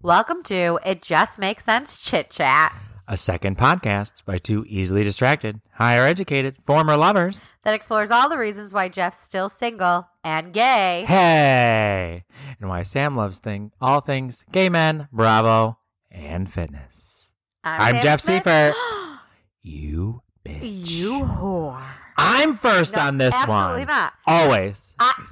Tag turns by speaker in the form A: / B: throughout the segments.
A: Welcome to It Just Makes Sense Chit Chat
B: a second podcast by two easily distracted, higher educated former lovers.
A: that explores all the reasons why Jeff's still single and gay.
B: Hey! And why Sam loves thing all things gay men, bravo, and fitness. I'm
A: Sam
B: Jeff
A: Smith.
B: Seifert. You bitch.
A: you whore.
B: I'm first
A: No,
B: on this
A: absolutely
B: one.
A: not.
B: Always.
A: I-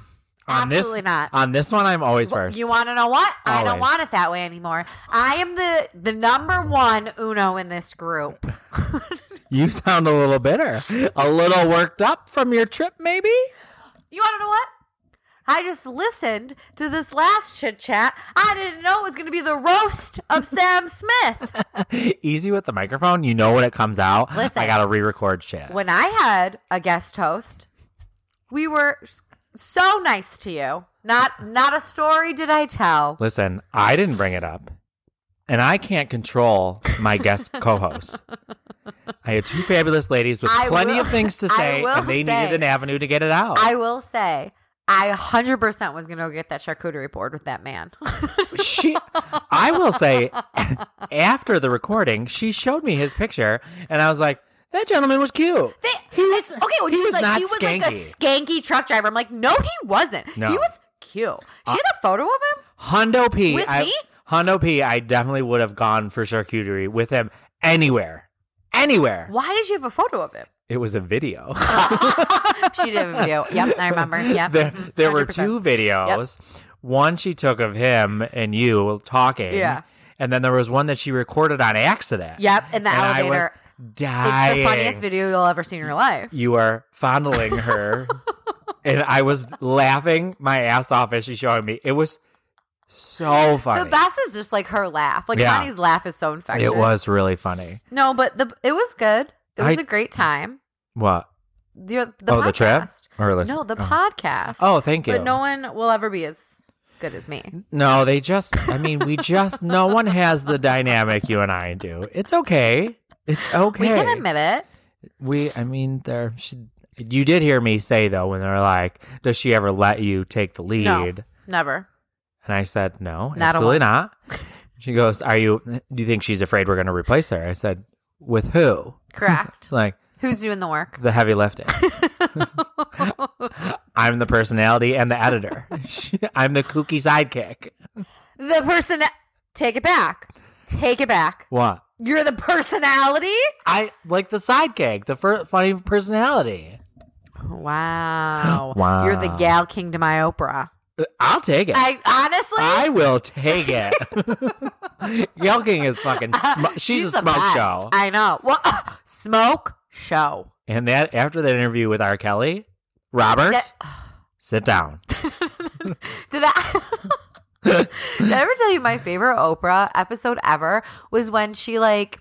B: on this
A: absolutely not.
B: on this one I'm always
A: Well,
B: first.
A: You want to know what? I don't
B: Always.
A: want it that way anymore. I am the the number one Uno in this group.
B: you sound a little bitter. A little worked up from your trip maybe?
A: You want to know what? I just listened to this last chit chat. I didn't know it was going to be the roast of Sam Smith.
B: Easy with the microphone, you know when it comes out.
A: Listen.
B: I got to re-record shit.
A: When I had a guest host, we were s- so nice to you. Not not a story did I tell.
B: Listen, I didn't bring it up, and I can't control my guest co-hosts. I had two fabulous ladies with
A: I
B: plenty
A: will-
B: of things to
A: I
B: say,
A: will
B: and they
A: say-
B: needed an avenue to get it out.
A: I will say, I 100% was going to go get that charcuterie board with that man.
B: she, I will say, after the recording, she showed me his picture, and I was like, "That gentleman was cute."
A: They,
B: He was-
A: okay, well,
B: he
A: she was
B: was
A: like,
B: not
A: he was like a skanky truck driver. I'm like, no, he wasn't.
B: No. Uh,
A: He was cute. She had a photo of him.
B: Hundo P.
A: With
B: I-
A: me?
B: Hundo P. I definitely would have gone for charcuterie with him anywhere, anywhere.
A: Why did you have a photo of him?
B: It was a video.
A: She did a video. Yep, I remember. Yep.
B: there,
A: mhm,
B: there were
A: 100%.
B: two videos. One she took of him and you talking.
A: Yeah.
B: And then there was one that she recorded on accident.
A: Yep, in the
B: and
A: elevator.
B: I was
A: It's
B: dying.
A: the funniest video you'll ever see in your life.
B: You are fondling her. and I was laughing my ass off as she showed me. It was so funny.
A: The best is just like her laugh. Like
B: Yeah.
A: Connie's laugh is so infectious.
B: it was really funny.
A: no, but the it was good. It was
B: I-
A: a great time.
B: What?
A: The, the
B: oh, the trip?
A: podcast.
B: Or listen.
A: No, the
B: oh.
A: podcast.
B: Oh, thank you.
A: but no one will ever be as good as me.
B: No, they just, I mean, we just, no one has the dynamic you and I do. It's okay. It's okay.
A: We can admit it.
B: We, I mean, there. She, you did hear me say though when they're like, "Does she ever let you take the lead?"
A: No. Never.
B: And I said, "No,
A: Not a
B: absolutely
A: once."
B: not." She goes, "Are you? Do you think she's afraid we're going to replace her?" I said, "With who?"
A: Correct.
B: It's like
A: Who's doing the work?
B: the heavy lifting. I'm the personality and the editor. I'm the kooky sidekick.
A: The person. Take it back. Take it back.
B: What?
A: You're the personality.
B: I like the sidekick, the fir- funny personality.
A: Wow.
B: Wow.
A: You're the gal king to my Oprah.
B: I'll take it.
A: I honestly.
B: I will take it. Yelking is fucking. Sm- she's, a
A: the
B: smoke
A: best.
B: show.
A: I know. Well, smoke show.
B: And that after that interview with R. Kelly, Robert,
A: That-
B: sit down.
A: Did I? Did I ever tell you my favorite Oprah episode ever was when she like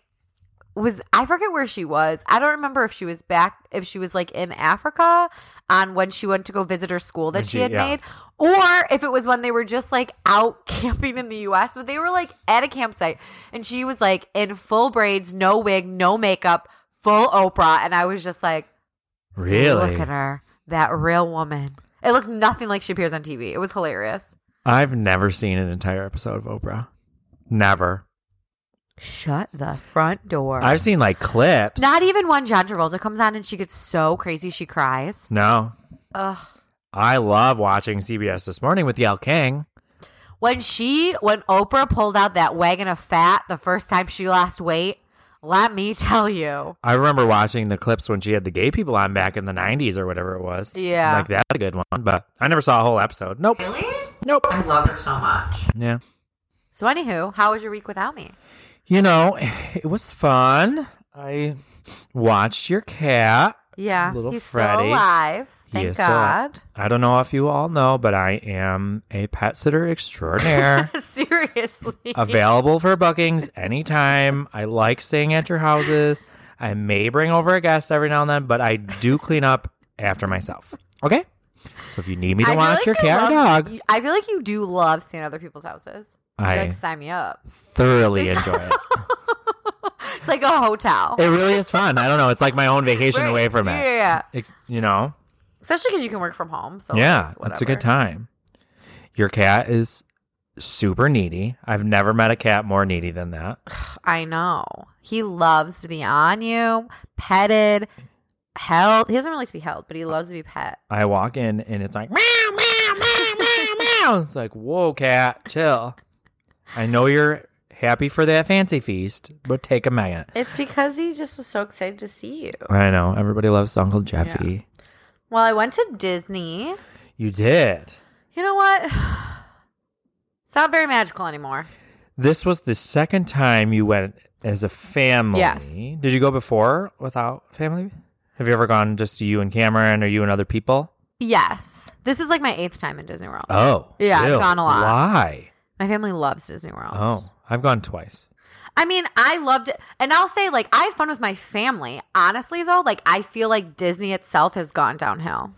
A: was I forget where she was. I don't remember if she was back if she was like in Africa on when she went to go visit her school that
B: When
A: she,
B: she-
A: had
B: yeah.
A: made or if it was when they were just like out camping in the US but they were like at a campsite and she was like in full braids, no wig, no makeup, full Oprah and I was just like
B: Really?
A: look at her, that real woman. It looked nothing like she appears on TV. It was hilarious.
B: I've never seen an entire episode of Oprah. Never.
A: Shut the front door.
B: I've seen like clips.
A: Not even when John Travolta comes on and she gets so crazy she cries.
B: no.
A: Ugh.
B: I love watching CBS this morning with Yel King.
A: When she, when Oprah pulled out that wagon of fat the first time she lost weight, let me tell you.
B: I remember watching the clips when she had the gay people on back in the 90s or whatever it was.
A: Yeah.
B: Like that's a good one, but I never saw a whole episode. Nope.
A: Really?
B: Nope.
A: I love her so much.
B: Yeah.
A: So, anywho, how was your week without me?
B: You know, it was fun. I watched your cat.
A: Yeah.
B: Little
A: he's
B: Freddy.
A: still alive.
B: He
A: Thank
B: is still alive.
A: God.
B: I don't know if you all know, but I am a pet sitter extraordinaire.
A: Seriously.
B: available for bookings anytime. I like staying at your houses. I may bring over a guest every now and then, but I do clean up after myself. Okay? So if you need me to
A: I feel
B: watch
A: like
B: your
A: I
B: cat or
A: love-
B: dog,
A: I feel like you do love staying at other people's houses. You're
B: I-
A: like, sign me up.
B: thoroughly enjoy it.
A: It's like a hotel.
B: It really is fun. I don't know. It's like my own vacation
A: Right.
B: away from
A: Yeah,
B: it.
A: yeah, Oh, yeah.
B: Ex- You know?
A: especially because you can work from home. So
B: yeah,
A: like,
B: it's a good
A: whatever.
B: time. Your cat is super needy. I've never met a cat more needy than that.
A: I know. He loves to be on you, petted, held. He doesn't really like to be held, but he loves to be pet.
B: I walk in and it's like meow meow meow meow meow. It's like whoa, cat, chill. I know you're happy for that fancy feast, but take a minute.
A: It's because he just was so excited to see you.
B: I know everybody loves Uncle Jeffy.
A: Well, I went to Disney.
B: You did.
A: You know what? It's not very magical anymore.
B: This was the second time you went as a family.
A: Yes.
B: Did you go before without family? Have you ever gone just you and Cameron or you and other people?
A: Yes. This is like my eighth time in Disney World.
B: Oh.
A: Yeah, I've
B: ew.
A: gone a lot.
B: Why?
A: My family loves Disney World.
B: Oh, I've gone twice.
A: I mean, I loved it. And I'll say, like, I had fun with my family. Honestly, though, like, I feel like Disney itself has gone downhill.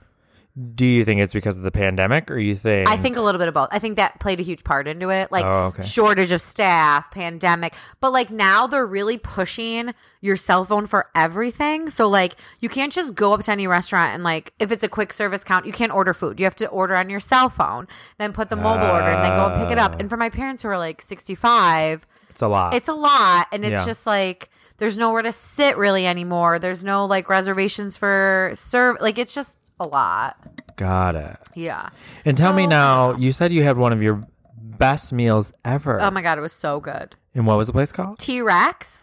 B: Do you think it's because of the pandemic or you think
A: I think a little bit of both. I think that played a huge part into it. Like,
B: Oh, okay.
A: shortage of staff, pandemic. But, like, now they're really pushing your cell phone for everything. So, like, you can't just go up to any restaurant and, like, if it's a quick service count, you can't order food. You have to order on your cell phone, then put the mobile order, and then go and pick it
B: Ah.
A: up. And for my parents who are like 65,
B: it's a lot?
A: it's a lot and it's
B: Yeah.
A: just like there's nowhere to sit really anymore there's no like reservations for serve like it's just a lot
B: Got it.
A: yeah
B: And tell me
A: So-
B: now, you said you had one of your best meals ever.
A: oh my god it was so good
B: and what was the place called?
A: t-rex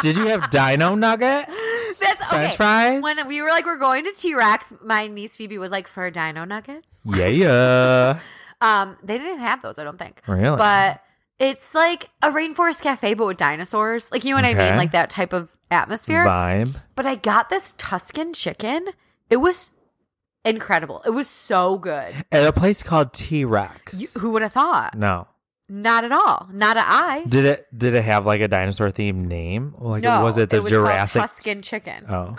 B: Did you have dino nuggets?
A: that's okay
B: French fries?
A: when we were like we're going to t-rex my niece phoebe was like for dino nuggets
B: yeah, yeah.
A: um they didn't have those i don't think
B: Really?
A: but it's like a rainforest cafe but with dinosaurs like you know what i
B: Okay.
A: mean like that type of atmosphere
B: Vibe.
A: but i got this tuscan chicken it was incredible it was so good
B: At a place called T Rex.
A: You, who would have thought?
B: No.
A: Not at all. Not a I.
B: Did it did it have like a dinosaur themed name? Like
A: No,
B: was it the
A: called
B: Jurassic
A: Tuscan chicken?
B: Oh.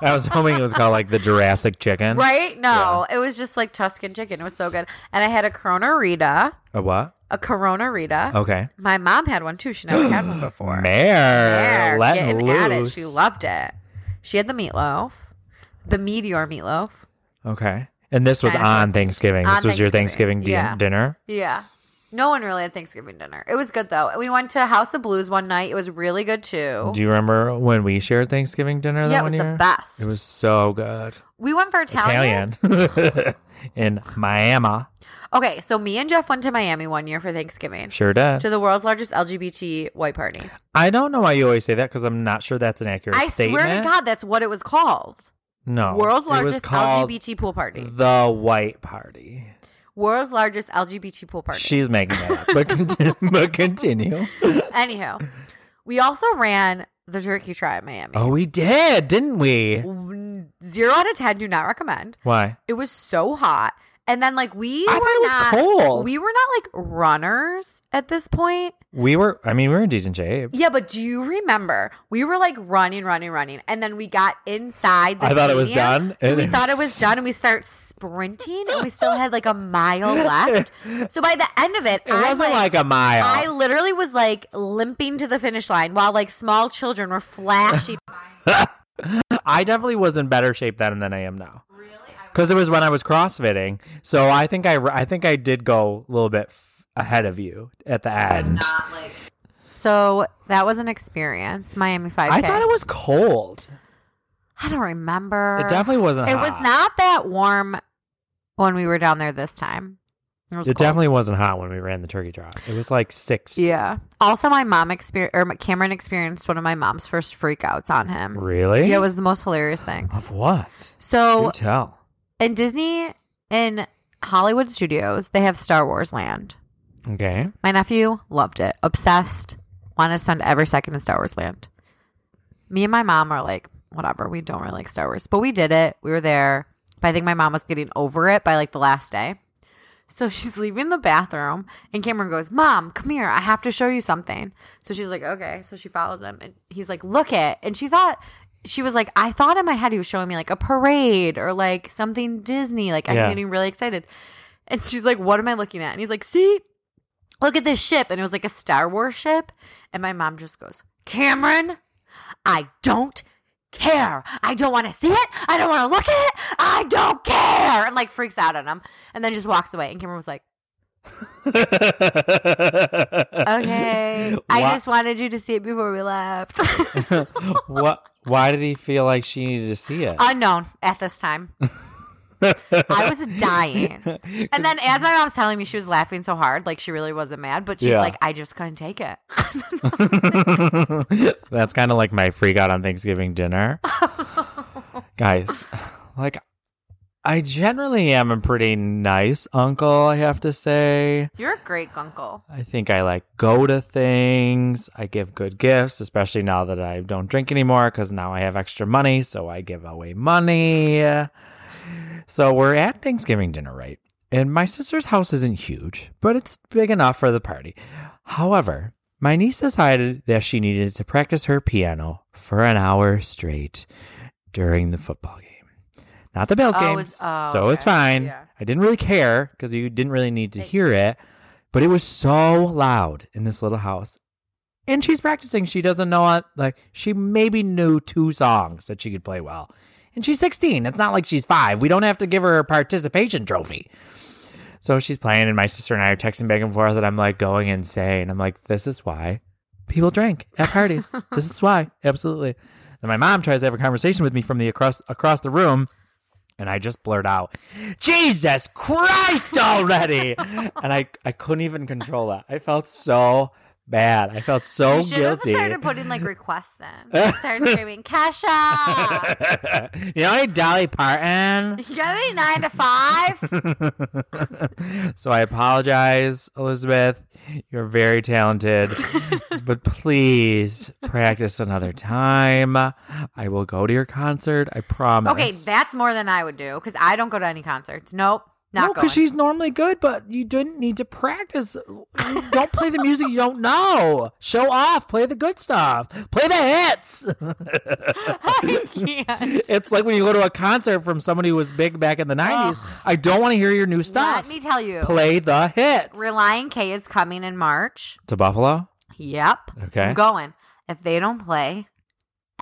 B: I was hoping it was called like the Jurassic Chicken.
A: Right? No, it was just like Tuscan chicken. It was so good. And I had a Corona Rita,
B: A what?
A: a Corona Rita.
B: Okay.
A: My mom had one too. She never had one before.
B: Mare,
A: There, getting
B: letting loose.
A: at it. She loved it. She had the meatloaf, the meteor meatloaf.
B: okay. And this was
A: Dinosaur
B: on
A: thing.
B: Thanksgiving.
A: On
B: this was your
A: Thanksgiving.
B: Thanksgiving din-
A: Yeah.
B: dinner.
A: Yeah. No one really had Thanksgiving dinner. It was good though. We went to House of Blues one night. It was really good too.
B: Do you remember when we shared Thanksgiving dinner that
A: yeah, it
B: one
A: was
B: year?
A: the best.
B: It was so good.
A: we went for
B: Italian. In Miami.
A: Okay, so me and Jeff went to Miami one year for Thanksgiving
B: Sure did.
A: to the world's largest LGBT white party.
B: I don't know why you always say that because I'm not sure that's an accurate
A: I
B: statement.
A: swear to God, that's what it was called.
B: No.
A: world's
B: it was
A: largest
B: called
A: LGBT pool party.
B: The White Party.
A: World's largest LGBT pool party.
B: She's making that up, but continue. but continue.
A: Anywho, we also ran the turkey try at Miami.
B: Oh, we did, didn't we?
A: Mm, Zero out of ten. Do not recommend.
B: Why?
A: It was so hot, and then like we
B: I
A: were
B: thought
A: not,
B: it was cold.
A: We were not like runners at this point.
B: We were. I mean, we were in decent shape.
A: Yeah, but do you remember we were like running, running, running, and then we got inside. The
B: I thought it was
A: stadium,
B: done,
A: So
B: and
A: we
B: it
A: thought it
B: was-
A: was done, and we start sprinting, and we still had like a mile left. So by the end of it,
B: It
A: I
B: wasn't like, a mile.
A: I literally was like limping to the finish line while like small children were flashing.
B: I definitely was in better shape then than I am now. Really? Because it was when I was CrossFitting, so I think I, I think I did go a little bit f- ahead of you at the end.
A: so that was an experience, Miami Five.
B: I thought it was cold.
A: I don't remember.
B: It definitely wasn't.
A: It
B: hot.
A: was not that warm when we were down there this time. It, was
B: It
A: cold.
B: definitely wasn't hot when we ran the turkey trot. It was like six.
A: Yeah. Also, my mom experienced, or Cameron experienced one of my mom's first freakouts on him.
B: Really?
A: Yeah, it was the most hilarious thing.
B: Of what? Do
A: So,
B: tell.
A: in Disney, in Hollywood Studios, they have Star Wars Land.
B: Okay.
A: My nephew loved it, obsessed, wanted to spend every second in Star Wars Land. Me and my mom are like, whatever, we don't really like Star Wars, but we did it. We were there. But I think my mom was getting over it by like the last day. So she's leaving the bathroom, and Cameron goes, Mom, come here. I have to show you something. So she's like, Okay. So she follows him, and he's like, Look it. And she thought, she was like, I thought in my head he was showing me like a parade or like something Disney. Like, I'm
B: Yeah.
A: getting really excited. And she's like, What am I looking at? And he's like, See, look at this ship. And it was like a Star Wars ship. And my mom just goes, Cameron, I don't care. I don't want to see it. I don't want to look at it. I don't care. And like freaks out on him and then just walks away. And Cameron was like, okay, I
B: Wha-
A: just wanted you to see it before we left.
B: what? Why did he feel like she needed to see it?
A: Unknown at this time. I was dying. And then as my mom's telling me, she was laughing so hard, like she really wasn't mad, but she's
B: Yeah.
A: like, I just couldn't take it.
B: That's kind of like my freak out on Thanksgiving dinner. Guys, like I generally am a pretty nice uncle, I have to say.
A: You're a great uncle.
B: I think I like go to things. I give good gifts, especially now that I don't drink anymore because now I have extra money. So I give away money. So we're at Thanksgiving dinner, right? And my sister's house isn't huge, but it's big enough for the party. However, my niece decided that she needed to practice her piano for an hour straight during the football game. Not the Bills
A: Oh,
B: game,
A: it's- oh,
B: so it's
A: okay.
B: fine.
A: Yeah.
B: I didn't really care because you didn't really need to
A: Thank
B: hear it, but it was so loud in this little house. And she's practicing. She doesn't know it. Like, she maybe knew two songs that she could play well. And she's 16. It's not like she's five. We don't have to give her a participation trophy. So she's playing, and my sister and I are texting back and forth, and I'm like going insane. I'm like, this is why people drink at parties. this is why, absolutely. And my mom tries to have a conversation with me from the across across the room, and I just blurt out, "Jesus Christ already!" and I I couldn't even control that. I felt so bad. I felt so
A: you should
B: guilty.
A: have started putting like requests in. Started screaming, Kesha,
B: you know, I Dolly Parton.
A: you got any nine to five?
B: so I apologize, Elizabeth. You're very talented, but please practice another time. I will go to your concert. I promise.
A: Okay, that's more than I would do because I don't go to any concerts. Nope,
B: no,
A: not going.
B: because she's normally good, but you didn't need to practice. You don't play the music you don't know. Show off. Play the good stuff. Play the hits.
A: I can't.
B: it's like when you go to a concert from somebody who was big back in the '90s. I don't want to hear your new
A: Let
B: stuff.
A: me tell you,
B: Play the hits.
A: Relying K is coming in March.
B: to Buffalo.
A: Yep,
B: Okay.
A: I'm going. If they don't play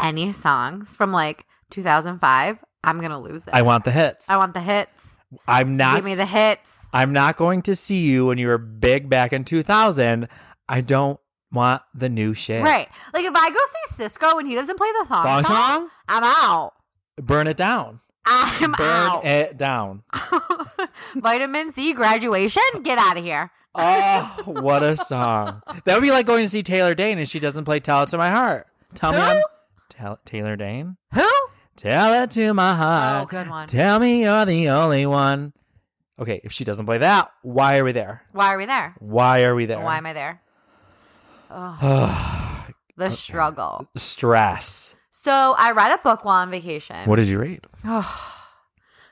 A: any songs from like 2005, I'm gonna lose it.
B: I want the hits.
A: I want the hits.
B: I'm not.
A: Give me the hits.
B: I'm not going to see you when you were big back in 2000. I don't want the new shit.
A: Right. Like if I go see Cisco and he doesn't play the thong,
B: Thong song?
A: I'm out.
B: Burn it down.
A: I'm
B: Burn
A: out.
B: it down.
A: Vitamin C graduation? Get out of here.
B: Oh, what a song. That would be like going to see Taylor Dane and she doesn't play Tell It to My Heart. Tell me
A: Who?
B: I'm Tell- Taylor Dane.
A: Who?
B: Tell it to my
A: Oh,
B: heart.
A: good one.
B: Tell me you're the only one. Okay, if she doesn't play that, why are we there?
A: Why are we there?
B: Why are we there?
A: Why am I there? Ugh,
B: I
A: the struggle.
B: stress?
A: So I read a book while on vacation.
B: What did you read?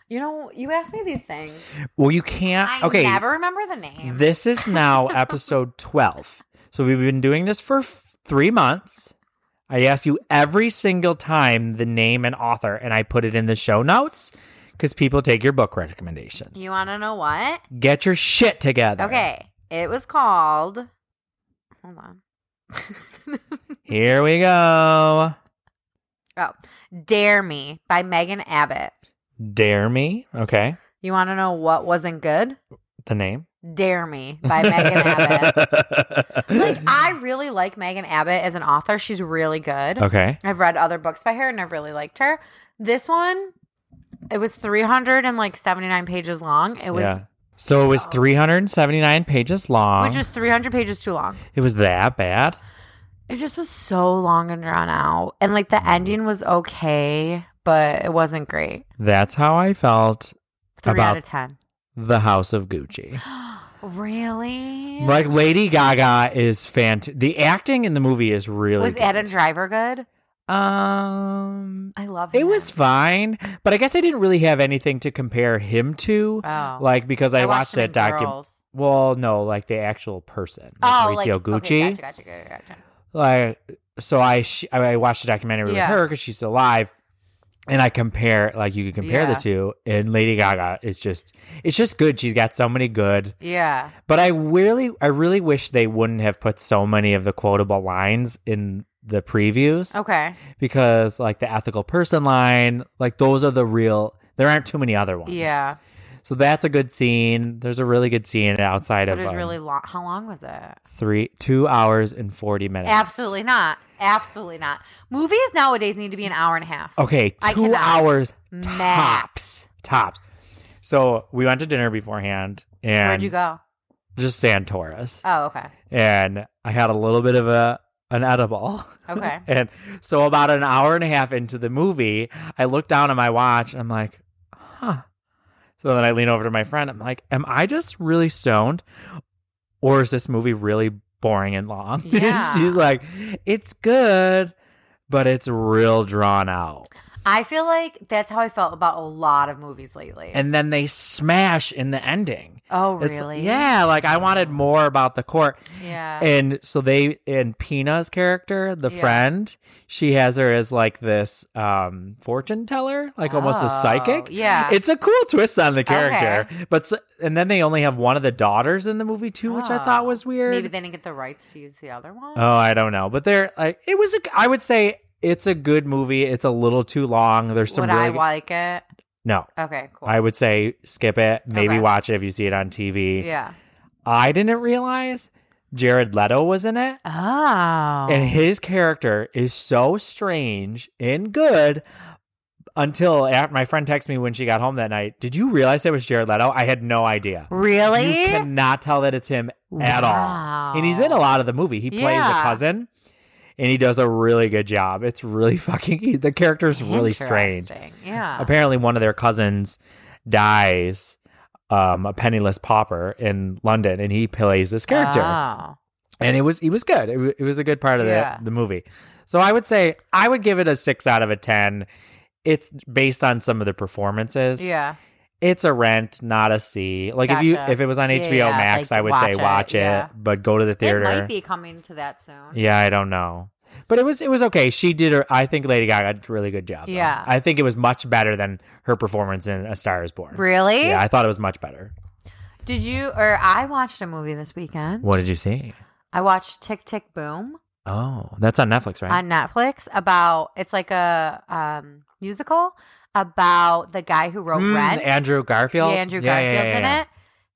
A: You know, you ask me these things.
B: Well, you can't.
A: I
B: okay,
A: never remember the name.
B: this is now episode 12. So we've been doing this for f- three months. I ask you every single time the name and author, and I put it in the show notes because people take your book recommendations.
A: you want to know what?
B: get your shit together.
A: Okay. It was called. Hold on.
B: here we go.
A: Oh, Dare Me by Megan Abbott.
B: Dare me. Okay,
A: You want to know what wasn't good?
B: the name
A: Dare Me by Megan Abbott. Like, I really like Megan Abbott as an author. She's really good.
B: okay,
A: I've read other books by her and I really liked her. This one, it was 379 pages long. It was,
B: yeah. So it was 379 pages long.
A: which was 300 pages too long.
B: it was that bad.
A: It just was so long and drawn out. And like
B: Mm-hmm.
A: the ending was okay, but it wasn't great.
B: That's how I felt
A: Three
B: About-
A: out of 10.
B: the House of Gucci.
A: Really?
B: Like Lady Gaga is fantastic. The acting in the movie is really
A: was
B: good.
A: Adam Driver good?
B: Um,
A: I love
B: it
A: him.
B: was fine, but I guess I didn't really have anything to compare him to,
A: Oh.
B: like because I, watched,
A: him
B: that
A: in
B: document.
A: Girls.
B: Well, no, like the actual person,
A: Oh,
B: like
A: like
B: Maurizio Gucci.
A: Okay, gotcha, gotcha, gotcha, gotcha.
B: like so I sh- I I watched the documentary
A: Yeah.
B: with her because she's still alive, and I compare like you can compare
A: Yeah.
B: the two, and Lady Gaga is just it's just good. She's got so many good,
A: Yeah.
B: but I really I really wish they wouldn't have put so many of the quotable lines in the previews
A: Okay.
B: because like the ethical person line, like those are the real. There aren't too many other ones.
A: Yeah.
B: So that's a good scene. There's a really good scene outside
A: But
B: of
A: it was
B: um,
A: really long. How long was it?
B: three two hours and forty minutes.
A: Absolutely not. Absolutely not. Movies nowadays need to be an hour and a half.
B: Okay,
A: I
B: two
A: cannot.
B: hours
A: Max.
B: tops. Tops. So we went to dinner beforehand and
A: Where'd you go?
B: just Santoris.
A: Oh, okay.
B: and I had a little bit of a an edible.
A: Okay.
B: and so about an hour and a half into the movie, I look down at my watch and I'm like, huh. So then I lean over to my friend. I'm like, am I just really stoned? Or is this movie really boring and long? And
A: Yeah.
B: She's like, it's good, but it's real drawn out.
A: I feel like that's how I felt about a lot of movies lately.
B: And then they smash in the ending.
A: oh,
B: It's-
A: really?
B: Yeah, like I wanted more about the court.
A: Yeah.
B: and so they and Pina's character, the
A: Yeah.
B: friend, she has her as like this um fortune teller, like almost a
A: Oh,
B: psychic.
A: Yeah.
B: It's a cool twist on the character, but so, and then they only have one of the daughters in the movie too, which I thought
A: Oh.
B: was weird.
A: Maybe they didn't get the rights to use the other one.
B: oh, I don't know, but they're like it was. A, I would say it's a good movie. It's a little too long. There's some
A: Would
B: really
A: I like it?
B: no.
A: Okay, cool.
B: I would say skip it. Maybe
A: Okay.
B: watch it if you see it on TV.
A: yeah.
B: I didn't realize Jared Leto was in it.
A: Oh.
B: And his character is so strange and good until a- my friend texted me when she got home that night. Did you realize it was Jared Leto? I had no idea.
A: really?
B: You cannot tell that it's him at all. And he's in a
A: Wow.
B: lot of the movie. He plays
A: Yeah.
B: a cousin and he does a really good job. It's really fucking, he- the character's really strange.
A: Interesting. Yeah.
B: Apparently, one of their cousins dies, um, a penniless pauper in London, and he plays this character
A: Oh.
B: and it was he was good. It, wa- it was a good part of
A: Yeah.
B: the the movie. So I would say I would give it a six out of a ten. It's based on some of the performances.
A: Yeah.
B: It's a rent, not a C. Like if you
A: Gotcha.
B: if it was on
A: Yeah,
B: HBO
A: yeah,
B: Max,
A: like,
B: I would
A: watch
B: say
A: it,
B: watch it,
A: yeah.
B: but go to the theater.
A: It might be coming to that soon.
B: Yeah, I don't know. But it was it was okay. She did her I think Lady Gaga did a really good job. though.
A: Yeah.
B: I think it was much better than her performance in A Star is Born.
A: Really?
B: Yeah, I thought it was much better.
A: Did you or I watched a movie this weekend?
B: What did you see?
A: I watched Tick Tick Boom
B: Oh, that's on Netflix, right?
A: on Netflix about it's like a um, musical about the guy who wrote
B: Mm,
A: Rent.
B: Andrew
A: Yeah,
B: Garfield.
A: Andrew
B: Yeah, yeah,
A: Garfield's
B: yeah,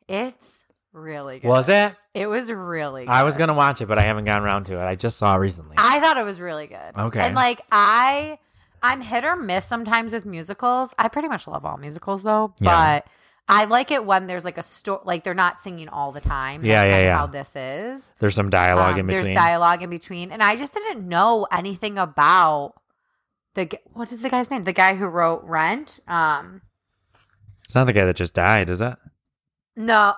B: yeah.
A: in it. It's really good.
B: Was it?
A: It was really good.
B: I was gonna watch it, but I haven't gotten around to it. I just saw it recently.
A: I thought it was really good.
B: Okay.
A: And like I I'm hit or miss sometimes with musicals. I pretty much love all musicals though,
B: Yeah.
A: but I like it when there's like a story, like they're not singing all the time.
B: Yeah,
A: That's
B: yeah,
A: not
B: yeah.
A: How this is
B: there's some dialogue
A: Um,
B: in
A: There's
B: between.
A: dialogue in between, and I just didn't know anything about the g- what is the guy's name? The guy who wrote Rent. Um,
B: it's not the guy that just died, is it?
A: no,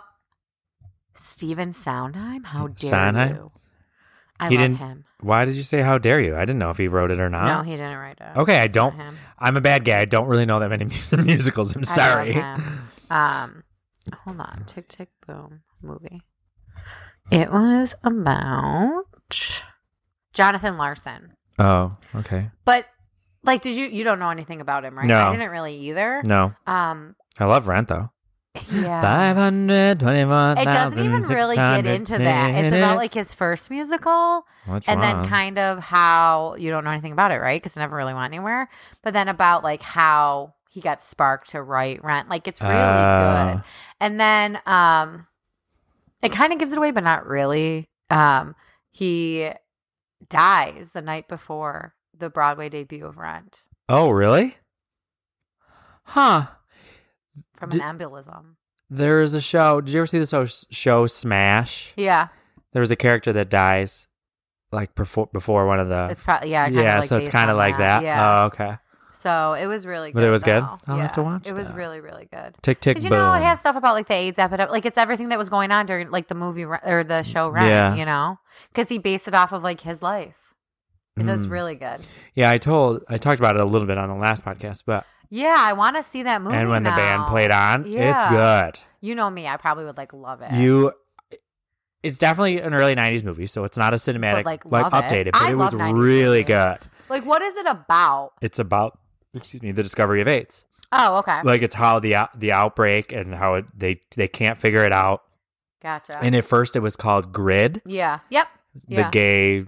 A: Steven Sondheim. How dare
B: Sondheim?
A: you? I
B: He
A: love
B: didn't-
A: him.
B: Why did you say how dare you? I didn't know if he wrote it or not.
A: No, he didn't write it.
B: Okay, I
A: It's
B: don't-
A: not him.
B: I'm a bad guy. I don't really know that many mus- musicals. I'm
A: I love
B: sorry.
A: him. Um, hold on. Tick tick boom movie. It was about Jonathan Larson,
B: Oh, okay.
A: but like, did you you don't know anything about him, right?
B: No.
A: I didn't really either.
B: No,
A: Um,
B: I love Rent though.
A: yeah.
B: Five hundred twenty-one.
A: It doesn't even really get into that. It's about like his first musical, and then kind of how you don't know anything about it, right? Because it never really went anywhere. But then about like how he got sparked to write Rent, like it's really good.
B: Uh, Ah.
A: And then um it kind of gives it away but not really. Um he dies the night before the Broadway debut of Rent
B: Oh, really? Huh.
A: from
B: Did-
A: an embolism.
B: There is a show. Did you ever see the show, show Smash?
A: Yeah.
B: there was a character that dies like before before one of the
A: It's probably yeah, kinda
B: Uh, yeah
A: like
B: so it's
A: based
B: kind of
A: on
B: like that,
A: Yeah.
B: oh okay
A: so it was really good.
B: But it was good?
A: though.
B: I'll have to watch
A: It was
B: that.
A: really really good.
B: tick tick
A: Because you
B: boom
A: know it has stuff about like the AIDS epidemic, like it's everything that was going on during like the movie Re- or the show Rent,
B: Yeah.
A: you know, because he based it off of like his life. So it's
B: Mm.
A: really good.
B: yeah I told I talked about it a little bit on the last podcast but
A: Yeah, I want to see that movie.
B: and when the band
A: now.
B: played on
A: Oh, Yeah.
B: it's
A: You know me. I probably would like love it.
B: good you it's definitely an early 90s movie so it's not a cinematic
A: like,
B: like,
A: love it.
B: updated
A: I
B: but it was
A: love 90s
B: really
A: movies.
B: good
A: like, what is it about?
B: it's about excuse me the discovery of AIDS
A: Oh, okay,
B: like it's how the out- the outbreak and how it, they they can't figure it out
A: gotcha.
B: and at first it was called Grid
A: yeah, yep,
B: the
A: Yeah.
B: gay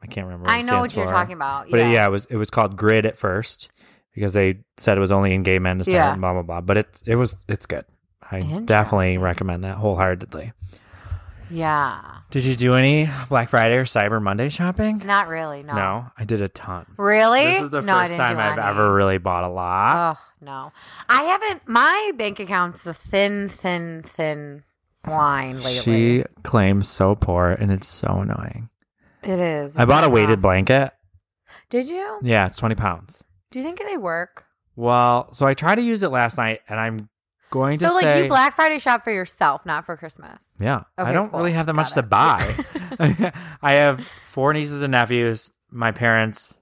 B: I can't remember. What
A: I
B: it
A: know what
B: stands
A: you're
B: for.
A: talking about.
B: But
A: yeah.
B: yeah. it was it was called Grid at first because they said it was only in gay men to start
A: Yeah.
B: and blah blah blah. But it's it was it's good. I definitely
A: Interesting.
B: recommend that wholeheartedly.
A: Yeah.
B: Did you do any Black Friday or Cyber Monday shopping?
A: Not really. No.
B: I did a ton.
A: Really?
B: This is the
A: no, I
B: first
A: didn't
B: time
A: do
B: I've
A: any.
B: ever really bought a lot.
A: Oh no, I haven't. My bank account's a thin, thin, thin line Oh, lately.
B: she claims so poor and it's so annoying.
A: it is.
B: I
A: It's
B: bought a
A: rough.
B: weighted blanket.
A: Did you?
B: Yeah, it's 20 pounds.
A: Do you think they work?
B: Well, so I tried to use it last night and I'm going to
A: So like
B: say
A: you Black Friday shop for yourself, not for Christmas.
B: Yeah. I
A: Okay,
B: don't
A: cool.
B: really have that
A: Got
B: much to
A: it.
B: buy. I have four nieces and nephews, my parents,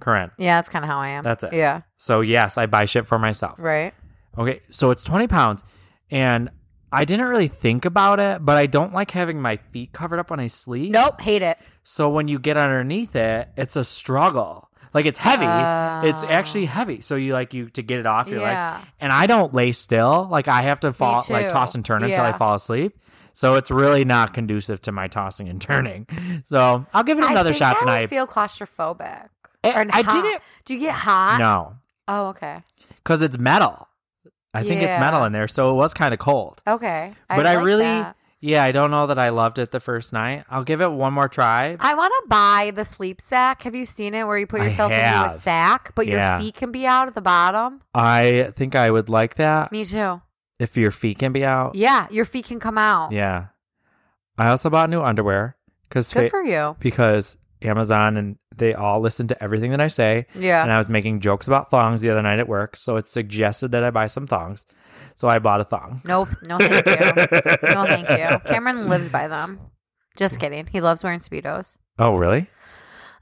B: current.
A: Yeah, that's kind of how I am.
B: That's it.
A: Yeah.
B: So yes, I buy shit for myself.
A: Right.
B: Okay, so it's 20 pounds. And I didn't really think about it, but I don't like having my feet covered up when I sleep.
A: Nope. Hate it.
B: So when you get underneath it, it's a struggle. Like it's heavy.
A: Uh,
B: it's actually heavy. So you like you to get it off your legs.
A: Oh. Yeah.
B: And I don't lay still. Like I have to fall like
A: too.
B: toss and turn until I
A: Yeah.
B: fall asleep. So it's really not conducive to my tossing and turning. So I'll give it
A: I
B: another
A: think
B: shot
A: I would
B: tonight.
A: feel claustrophobic.
B: It-
A: Or
B: I
A: hot.
B: didn't-
A: Do you get hot?
B: no.
A: Oh, okay.
B: Cuz it's metal. I think it's
A: Yeah.
B: metal in there, so it was kind of cold.
A: Okay.
B: but I
A: like
B: really
A: that.
B: yeah, I don't know that I loved it the first night. I'll give it one more try.
A: I want to buy the sleep sack. Have you seen it where you put
B: I
A: yourself into a
B: have.
A: sack, but
B: Yeah.
A: your feet can be out at the bottom?
B: I think I would like that
A: Me too.
B: if your feet can be out.
A: Yeah, your feet can come out.
B: Yeah. I also bought new underwear because
A: Good for you.
B: because Amazon and they all listen to everything that I say. And
A: Yeah.
B: I was making jokes about thongs the other night at work, so it suggested that I buy some thongs. So I bought a thong.
A: Nope. No, thank you. No, thank you. Cameron lives by them. Just kidding. He loves wearing Speedos.
B: Oh, really?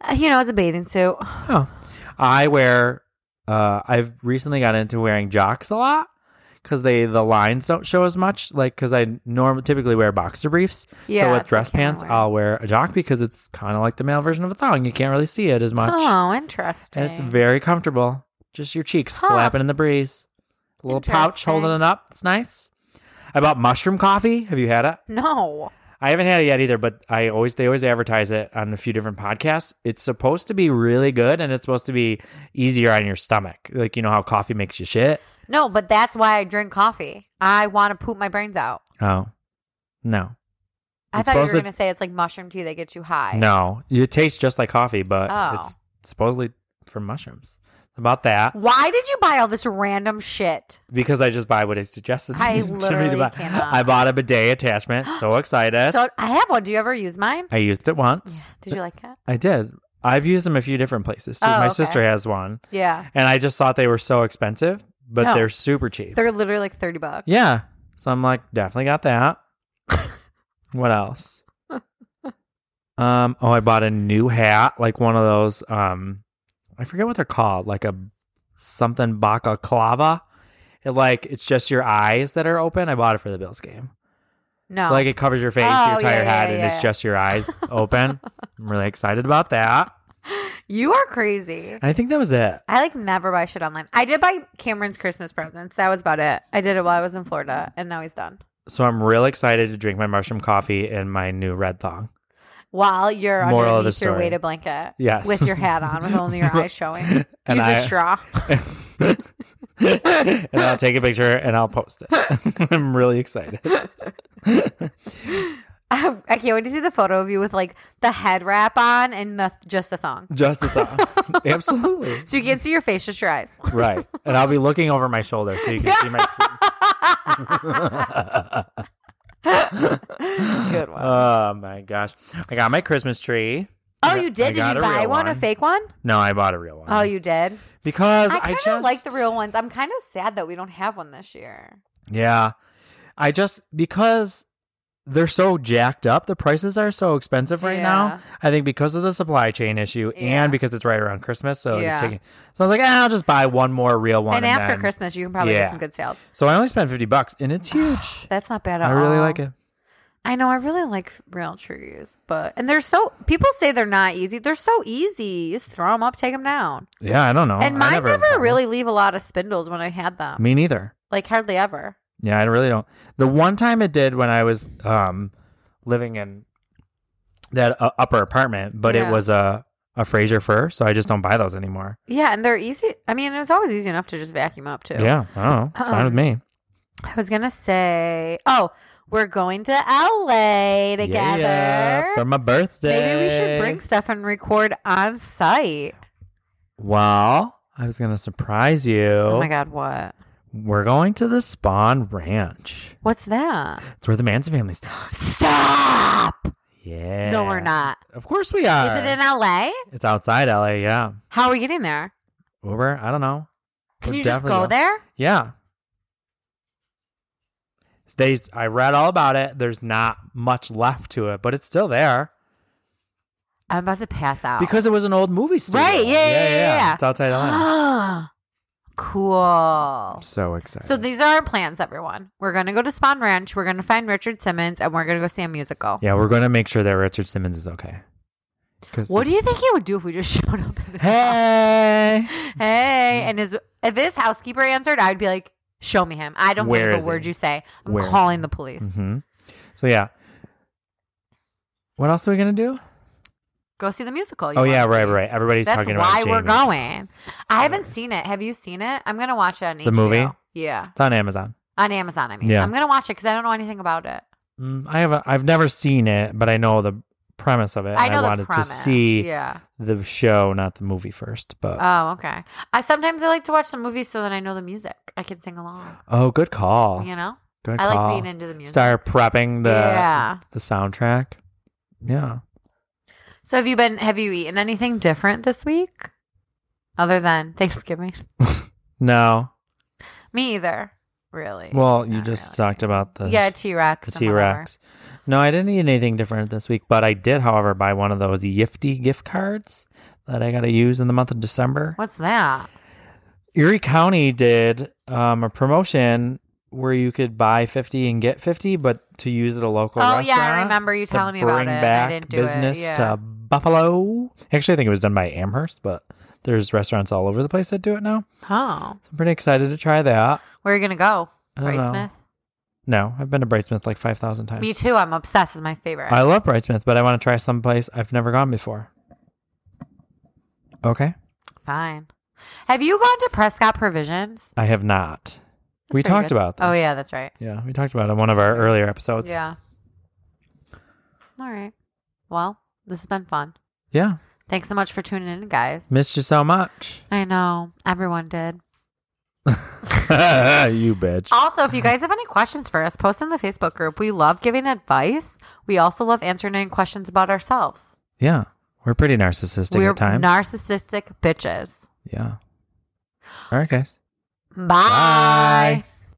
A: Uh, you know, it's a bathing suit.
B: Oh. I wear uh I've recently got into wearing jocks a lot cuz they the lines don't show as much like cuz I normally typically wear boxer briefs.
A: Yeah,
B: so with
A: that's what
B: dress
A: Cameron
B: pants, I'll
A: wears.
B: wear a jock because it's kind of like the male version of a thong. You can't really see it as much.
A: Oh, interesting.
B: And it's very comfortable. Just your cheeks
A: Huh.
B: flapping in the breeze. A little pouch
A: Interesting.
B: holding it up. It's nice. I bought mushroom coffee. Have you had it?
A: No.
B: I haven't had it yet either, but I always they always advertise it on a few different podcasts. It's supposed to be really good and it's supposed to be easier on your stomach. Like you know how coffee makes you shit.
A: No, but that's why I drink coffee. I want to poop my brains out.
B: Oh. No.
A: I
B: It's
A: thought you were
B: supposed to-
A: going to say it's like mushroom tea that gets you high.
B: No. It tastes just like coffee, but
A: Oh.
B: it's supposedly from mushrooms. About that.
A: Why did you buy all this random shit?
B: Because I just buy what is suggested
A: I
B: to me to
A: literally
B: buy.
A: cannot.
B: I bought a bidet attachment. So excited.
A: So I have one. Do you ever use mine?
B: I used it once.
A: Did you like it?
B: I did. I've used them a few different places too.
A: Oh,
B: My
A: okay.
B: sister has one,
A: Yeah.
B: and I just thought they were so expensive, but
A: No.
B: they're super cheap.
A: Oh. They're literally like 30 bucks.
B: yeah. So I'm like, definitely got that. what else? um. Oh, I bought a new hat, like one of those. Um, I forget what they're called, like a something balaclava. It like it's just your eyes that are open. I bought it for the Bills game.
A: No.
B: Like it covers your face,
A: Oh,
B: your
A: yeah,
B: entire
A: yeah,
B: head, and
A: yeah,
B: it's
A: yeah.
B: just your eyes open. I'm really excited about that.
A: you are crazy.
B: I think that was it.
A: I like never buy shit online. I did buy Cameron's Christmas presents. That was about it. I did it while I was in Florida and now he's done.
B: So I'm real excited to drink my mushroom coffee and my new red thong.
A: While you're
B: Moral of the
A: underneath your
B: story.
A: weighted blanket.
B: Yes.
A: With your hat on, with only your eyes showing. Use
B: And
A: a
B: I-
A: straw.
B: and I'll take a picture and I'll post it. I'm really excited.
A: I, I can't wait to see the photo of you with like the head wrap on and the, just a thong.
B: Just a thong. Absolutely.
A: So you can't see your face, just your eyes.
B: Right. And I'll be looking over my shoulder so you can see my
A: Good one.
B: Oh my gosh. I got my Christmas tree.
A: oh, you
B: I
A: did? Did
B: got
A: you
B: a
A: buy
B: real
A: one, a
B: one.
A: fake one?
B: No, I bought a real one.
A: Oh, you did?
B: because
A: I
B: I,
A: kind of
B: just
A: like the real ones. I'm kind of sad that we don't have one this year.
B: Yeah. I just because they're so jacked up, the prices are so expensive right
A: Yeah.
B: now. I think because of the supply chain issue
A: Yeah.
B: and because it's right around Christmas, so you're
A: Yeah.
B: taking- so I was like, ah, I'll just buy one more real one.
A: and after
B: then-"
A: Christmas, you can probably
B: Yeah.
A: get some good sales.
B: so I only spent fifty bucks, and it's huge.
A: That's not bad at
B: I
A: all.
B: really like it.
A: I know. I really like real trees, but and they're so people say they're not easy. They're so easy. You just throw them up, take them down.
B: Yeah, I don't know.
A: and
B: Oh, I
A: mine never,
B: bought one.
A: really leave a lot of spindles when I had them.
B: Me neither.
A: Like hardly ever.
B: Yeah, I really don't. The one time it did when I was um living in that uh, upper apartment, but
A: Yeah.
B: it was a a Fraser fir, so I just don't buy those anymore.
A: Yeah, and they're easy. I mean, it was always easy enough to just vacuum up too.
B: Yeah, I don't know. It's fine with
A: Um,
B: me.
A: I was gonna say, oh, we're going to LA together.
B: Yeah, for my birthday.
A: Maybe we should bring stuff and record on site.
B: Well, I was gonna surprise you.
A: Oh my god, what?
B: We're going to the Spawn Ranch.
A: What's that?
B: It's where the Manson family stays.
A: Stop!
B: Yeah.
A: No, we're not.
B: Of course we are.
A: Is it in LA?
B: it's outside LA. Yeah.
A: How are we getting there?
B: Uber. I don't know.
A: Can
B: We'll
A: you just
B: definitely
A: go there?
B: Yeah. They, I read all about it. There's not much left to it, but it's still there
A: I'm about to pass out.
B: because it was an old movie studio.
A: Right, yeah, yeah, yeah, yeah.
B: It's outside LA.
A: cool.
B: I'm so excited.
A: So these are our plans, everyone. We're gonna go to Spawn Ranch. We're gonna find Richard Simmons, and we're gonna go see a musical.
B: yeah, we're gonna make sure that Richard Simmons is okay. 'Cause
A: What do
B: this-
A: you think he would do if we just showed up? At his
B: Hey.
A: house? hey! And his if his housekeeper answered, I'd be like, "Show me him. I don't
B: Where
A: believe a
B: is
A: word
B: he?
A: you say. I'm
B: Where is
A: calling the police.
B: hmm So yeah. What else are we gonna do?
A: Go see the musical. you
B: Oh
A: wanna
B: yeah, right,
A: see.
B: right. Everybody's
A: That's
B: talking
A: why
B: about
A: we're
B: Jamie.
A: going. I haven't seen it. Have you seen it? I'm gonna watch it on
B: The movie?
A: HBO. Yeah,
B: It's on Amazon.
A: on Amazon. I mean,
B: Yeah.
A: I'm gonna watch it because I don't know anything about it.
B: Mm, I haven't. I've never seen it, but I know the premise of it.
A: I
B: and
A: know
B: I
A: the
B: wanted
A: premise.
B: to see
A: Yeah.
B: the show, not the movie first. But
A: Oh, okay. I sometimes I like to watch some movies so that I know the music. I can sing along.
B: oh, good call.
A: You know,
B: Good
A: I
B: call.
A: like being into the music.
B: Start prepping the
A: Yeah.
B: the soundtrack. Yeah.
A: So have you been? Have you eaten anything different this week, other than Thanksgiving?
B: No.
A: Me either. Really.
B: Well, you
A: Not
B: just
A: really.
B: talked about the
A: yeah, T Rex.
B: the T Rex. No, I didn't eat anything different this week, but I did, however, buy one of those Yifty gift cards that I got to use in the month of December.
A: What's that?
B: Erie County did um, a promotion where you could buy 50 and get 50, but to use at a local
A: oh
B: restaurant.
A: yeah, I remember you
B: to
A: telling me about it.
B: bring
A: and
B: Back
A: I didn't do
B: business
A: it. Yeah.
B: to Buffalo. Actually, I think it was done by Amherst, but there's restaurants all over the place that do it now.
A: Oh,
B: So I'm pretty excited to try that.
A: where are you gonna go,
B: I don't know.
A: Brightsmith?
B: No, I've been to Brightsmith like 5,000 times.
A: Me too. I'm obsessed. It's my favorite.
B: I love Brightsmith, but I want to try someplace I've never gone before. Okay.
A: Fine. Have you gone to Prescott Provisions?
B: I have not.
A: That's
B: we
A: pretty
B: talked
A: good.
B: about this.
A: Oh yeah, that's right.
B: Yeah, we talked about it in one of our earlier episodes.
A: Yeah. All right. Well, this has been fun.
B: Yeah.
A: Thanks so much for tuning in, guys.
B: Missed you so much.
A: I know everyone did.
B: you bitch.
A: Also, if you guys have any questions for us, post in the Facebook group. We love giving advice. We also love answering any questions about ourselves.
B: Yeah. We're pretty narcissistic
A: We're
B: at times.
A: narcissistic bitches.
B: yeah. All right, guys.
A: Bye.
B: Bye.